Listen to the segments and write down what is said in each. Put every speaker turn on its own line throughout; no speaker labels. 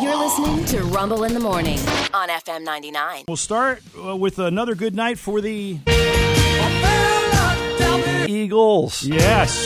You're listening to Rumble in the Morning on FM 99.
We'll start uh, with another good night for the
Eagles.
yes.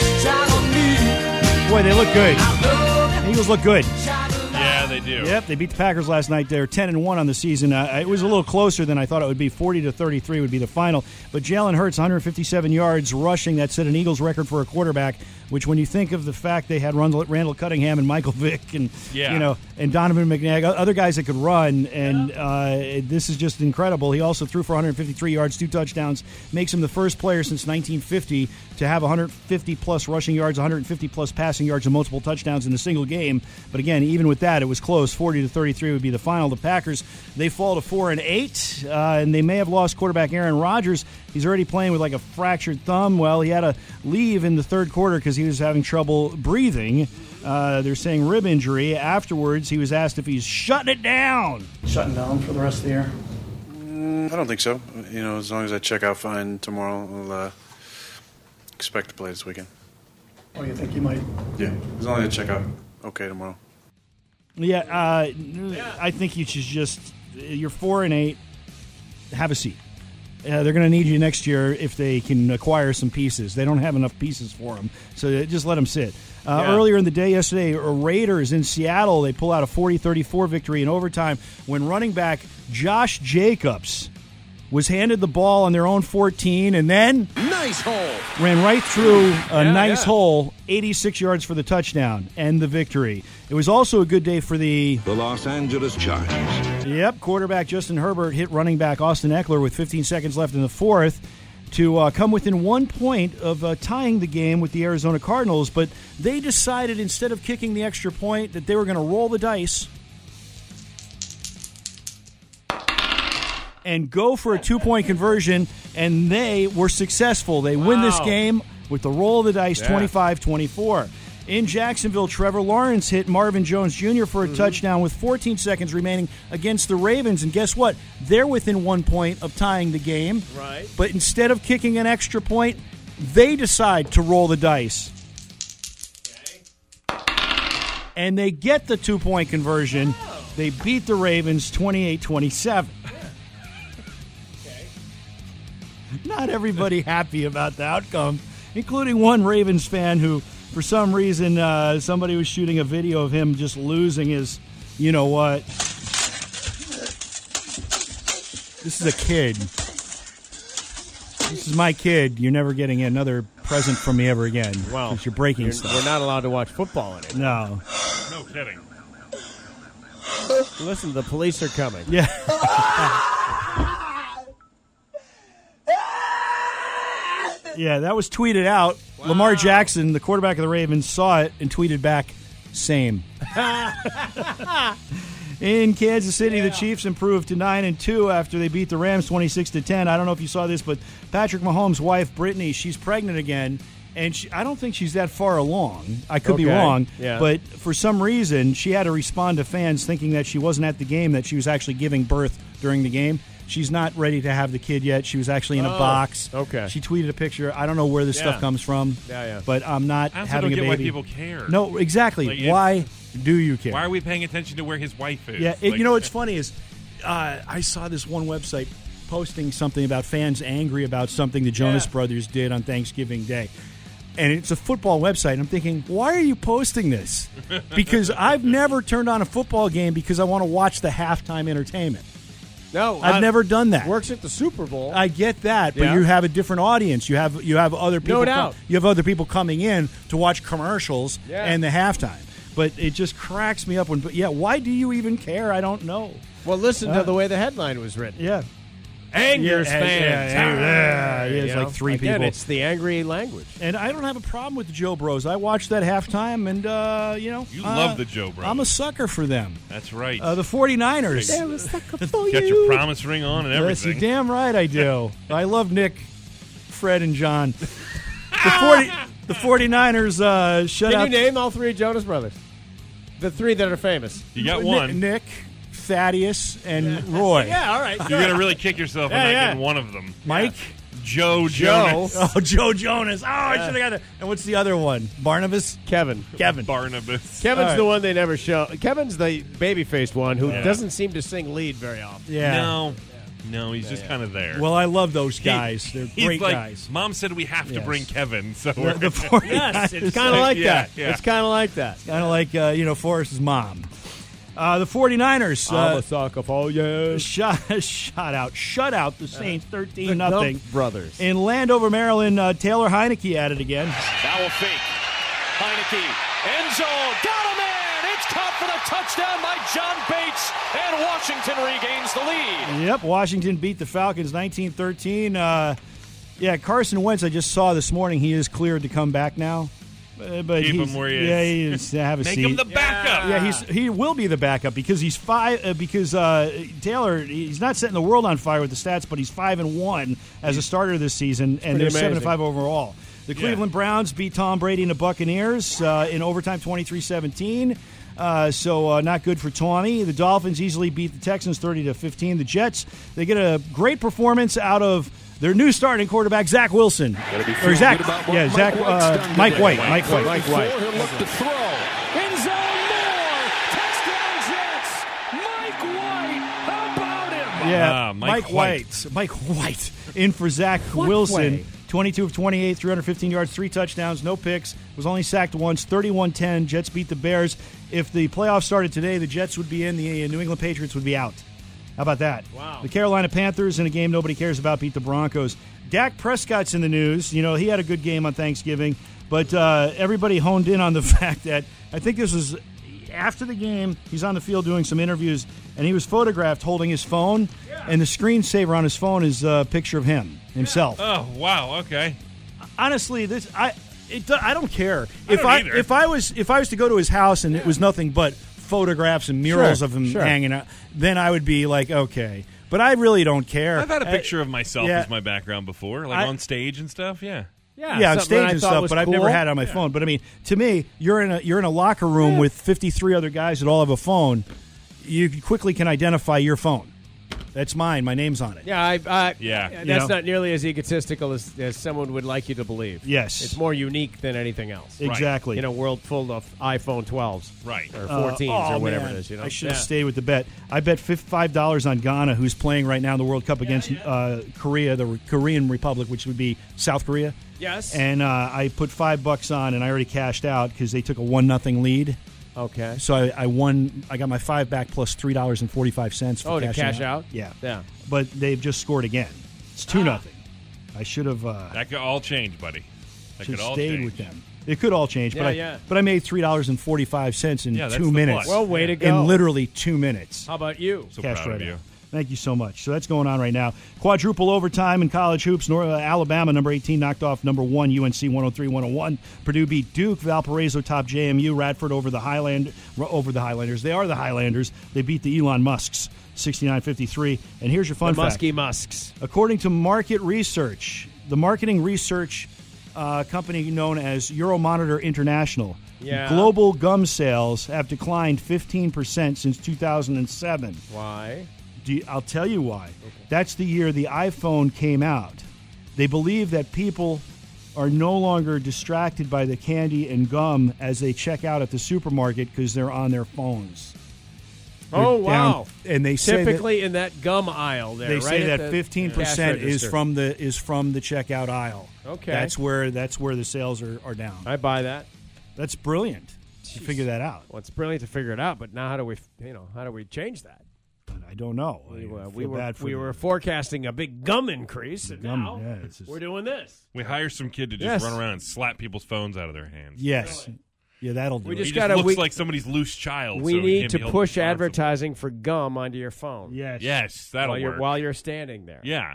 Boy, they look good. Eagles look good.
Yeah, they do.
Yep, they beat the Packers last night. They're ten and one on the season. Uh, it was a little closer than I thought it would be. Forty to thirty-three would be the final. But Jalen Hurts, 157 yards rushing, that set an Eagles record for a quarterback. Which, when you think of the fact they had Rundle- Randall Cunningham and Michael Vick, and
Yeah.
you know, and Donovan McNabb, o- other guys that could run, and uh, this is just incredible. He also threw for 153 yards, two touchdowns, makes him the first player since 1950 to have 150 plus rushing yards, 150 plus passing yards, and multiple touchdowns in a single game. But again, even with that, it was close. 40 to 33 would be the final. The Packers they fall to four and eight, uh, and they may have lost quarterback Aaron Rodgers. He's already playing with like a fractured thumb. Well, he had to leave in the third quarter because he was having trouble breathing. Uh, they're saying rib injury. Afterwards, he was asked if he's shutting it down.
shutting down for the rest of the year?
I don't think so. You know, as long as I check out fine tomorrow, I'll uh, expect to play this weekend.
Or you think you might?
Yeah, as long as I check out okay tomorrow.
Yeah, uh, I think you should just you're four and eight. Have a seat. Uh, they're going to need you next year if they can acquire some pieces. They don't have enough pieces for them, so just let them sit. Uh,
Yeah.
Earlier in the day yesterday, uh, Raiders in Seattle, they pull out a 40-34 victory in overtime when running back Josh Jacobs was handed the ball on their own 14 and then
Nice hole.
ran right through a
Yeah,
nice
yeah.
hole, 86 yards for the touchdown and the victory. It was also a good day for the
The Los Angeles Chargers.
Yep, quarterback Justin Herbert hit running back Austin Eckler with 15 seconds left in the fourth to uh, come within one point of uh, tying the game with the Arizona Cardinals. But they decided instead of kicking the extra point that they were going to roll the dice and go for a two point conversion, and they were successful. They win this
Wow.
game with the roll of the dice
Yeah.
25 24. In Jacksonville, Trevor Lawrence hit Marvin Jones Jr. for a
Hmm.
touchdown with 14 seconds remaining against the Ravens. And guess what? They're within one point of tying the game.
Right.
But instead of kicking an extra point, they decide to roll the dice. And they get the two point conversion.
Oh.
They beat the Ravens 28 27. not everybody happy about the outcome, including one Ravens fan who, for some reason, uh, somebody was shooting a video of him just losing his, you know what. This is a kid. This is my kid. You're never getting another present from me ever again.
Wow.
'Cause you're breaking
You're-
stuff.
We're not allowed to watch football in it.
no.
No kidding.
Listen, the police are coming.
Yeah. yeah, that was tweeted out. Lamar Jackson, the quarterback of the Ravens, saw it and tweeted back, same. In Kansas City, the Chiefs improved to nine and two after they beat the Rams twenty-six to ten. I don't know if you saw this, but Patrick Mahomes' wife Brittany, she's pregnant again, and she, I don't think she's that far along. I could be
Okay.
wrong,
Yeah.
but for some reason, she had to respond to fans thinking that she wasn't at the game, that she was actually giving birth during the game. She's not ready to have the kid yet. She was actually in a
Oh,
box.
okay.
She tweeted a picture. I don't know where this stuff
Yeah.
comes from.
Yeah, yeah.
But I'm not
I also
having
don't
a
get
baby.
why people care.
No, exactly.
Like, if-
why do you care?
Why are we paying attention to where his wife is?
Yeah, it,
Like-
you know what's funny is uh, I saw this one website posting something about fans angry about something the Jonas
Yeah.
Brothers did on Thanksgiving Day. And it's a football website. And I'm thinking, why are you posting this? Because I've never turned on a football game because I want to watch the halftime entertainment.
No,
I've
uh,
never done that.
Works at the Super Bowl.
I get that, but
Yeah.
you have a different audience. You have you have other people.
doubt.
you have other people coming in to watch commercials
Yeah.
and the halftime. But it just cracks me up when. But yeah, why do you even care? I don't know.
well, listen to the way the headline was written.
Yeah.
Angers
Yeah,
fans.
yeah, yeah, yeah, yeah,
You
it's
know?
like three
Again,
people.
It's the angry language.
And I don't have a problem with the Joe Bros. I watched that halftime, and, uh, you know.
You
uh,
love the Joe Bros.
I'm a sucker for them.
That's right.
Uh, the 49ers.
They're
a sucker
Got your promise ring on and
Yes, you
everything.
damn right I do. I love Nick, Fred, and John. The, 40, the 49ers uh, shut
Can
out
you name all three Jonas Brothers? The three that are famous.
You got
Nick,
one.
Nick, Thaddeus, and Roy.
all right.
You're gonna really kick yourself for
Yeah,
not
yeah.
getting one of them.
Mike,
Joe
Joe.
Jonas.
Oh, Joe Jonas. Oh, I should have got it. And what's the other one? Barnabas?
Kevin.
Kevin.
Barnabas.
Kevin's
All right.
the one they never show. Kevin's the baby-faced one who
Yeah.
doesn't seem to sing lead very often.
yeah.
No, no, he's just kind of there.
Well, I love those
He-
guys. They're
he's
great
like,
guys.
Mom said we have
Yes.
to bring Kevin, so
The,
we're
the 49ers.
Yes, it's kind of like
Yeah,
that.
yeah.
It's kind of like that.
kind of like uh, you know Forrest's mom. Uh, the 49ers
I'm
uh,
a sucker for you.
shot shot out shut out the Saints
Uh,
13
The
nothing.
Dump Brothers.
In Landover, Maryland, uh, Taylor Heineke at it again.
Foul fake. Heineke. End zone. Got a man. It's caught for the touchdown by John Bates. And Washington regains the lead.
Yep, Washington beat the Falcons 19-13. Uh, yeah, Carson Wentz. I just saw this morning. He is cleared to come back now. Uh, but
Keep
he's-
him where he
yeah,
is.
he is. Have a
Make
seat.
him the backup.
Ah.
Yeah, he's he will be the backup because he's five uh, because uh, Taylor he's not setting the world on fire with the stats, but he's five and one as a starter this season, and
pretty
they're seven and
amazing.
five overall. The Cleveland Browns beat Tom Brady and the Buccaneers uh, in overtime 23-17. Uh, so uh, not good for Tommy. The Dolphins easily beat the Texans 30 to 15. The Jets they get a great performance out of their new starting quarterback Zach Wilson.
be
Or
feeling
Zach,
good about what
yeah,
Mike
Zach,
White's
uh,
done
Mike
today.
White, Mike White,
Mike
White.
He'll look to throw.
End zone. Moore. Touchdown Jets. Mike White. How about him?
Yeah,
Ah,
Mike,
Mike
White. Mike White in for Zach Wilson.
way?
22 of 28, 315 yards, three touchdowns, no picks. Was only sacked once. 31-10. Jets beat the Bears. If the playoffs started today, the Jets would be in. The uh, New England Patriots would be out. How about that?
Wow.
The Carolina Panthers in a game nobody cares about beat the Broncos. Dak Prescott's in the news. You know he had a good game on Thanksgiving, but uh, everybody honed in on the fact that I think this was after the game. He's on the field doing some interviews, and he was photographed holding his phone, and the screensaver on his phone is a picture of him himself.
Oh wow. Okay.
Honestly, this I it, do- I don't care if
don't
I
either.
if I was if I was to go to his house and it was nothing but photographs and murals
Sure,
of him
sure.
hanging out, then I would be like okay. But I really don't care.
I've had a
I-
picture of myself
yeah.
as my background before, like
I-
on stage and stuff. Yeah.
Yeah,
yeah, on
something that
stage
I
and
thought
stuff,
was
but I've never
cool.
had it on my phone. But I mean, to me, you're in a you're in a locker room with 53 other guys that all have a phone. You quickly can identify your phone. That's mine. My name's on it.
Yeah, I, I,
Yeah.
You
That's
know?
not nearly as egotistical as, as someone would like you to believe.
Yes.
it's more unique than anything else.
exactly.
In a world full of iPhone 12s,
Right.
or
Uh,
14s,
oh,
or whatever
man.
it is. You know,
I should have
Yeah.
stayed with the bet. I bet fif- five dollars on Ghana, who's playing right now in the World Cup against Uh, Korea, the Re- Korean Republic, which would be South Korea.
Yes.
And uh, I put five bucks on, and I already cashed out because they took a one nothing lead.
Okay.
So I, I won. I got my five back plus three dollars and forty five cents.
Oh, to cash out?
Yeah,
Yeah. Ah.
But they've just scored again. It's two nothing. I should have uh,
That could all change, buddy. That
should
could all
have stayed
change.
with them. It could all change, but
Yeah,
I
yeah.
but I made three dollars and forty five cents in
Yeah, that's
two
the
minutes.
plus.
Well, way to go.
in literally two minutes.
How about you?
So
Cash
proud
right
of you.
out. Thank you so much. So that's going on right now. Quadruple overtime in college hoops. Nor- uh, Alabama, number 18, knocked off number one, UNC 103 101. Purdue beat Duke. Valparaiso top JMU. Radford over the Highland over the Highlanders. They are the Highlanders. They beat the Elon Musks 69 53. And here's your fun
the
fact.
Musky Musks.
According to market research, the marketing research uh, company known as Euromonitor International,
Yeah.
global gum sales have declined 15% since 2007.
Why?
Do you- I'll tell you why. That's the year the iPhone came out. They believe that people are no longer distracted by the candy and gum as they check out at the supermarket because they're on their phones. They're
Oh
down-
wow!
and they say that-
typically in that gum aisle there.
They
right
say
at
that
the
fifteen
cash
percent is
register.
from the is from the checkout aisle.
Okay.
that's where that's where the sales are, are down.
I buy that.
That's brilliant. To figure that out,
Well, it's brilliant to figure it out, but now how do we, f- you know, how do we change that?
but I don't know. I
We, uh,
feel
we were
bad for
we
them.
were forecasting a big gum increase, and
Gum,
now
yeah, it's just-
we're doing this.
We hire some kid to just
Yes.
run around and slap people's phones out of their hands.
yes, yeah, that'll do.
We
it.
He
just
just
gotta-
looks
we-
like somebody's loose child.
we
so he
need
can't
to
be held
push
responsible.
advertising for gum onto your phone
yes,
Yes, that'll
while you're
work.
while you're standing there.
yeah,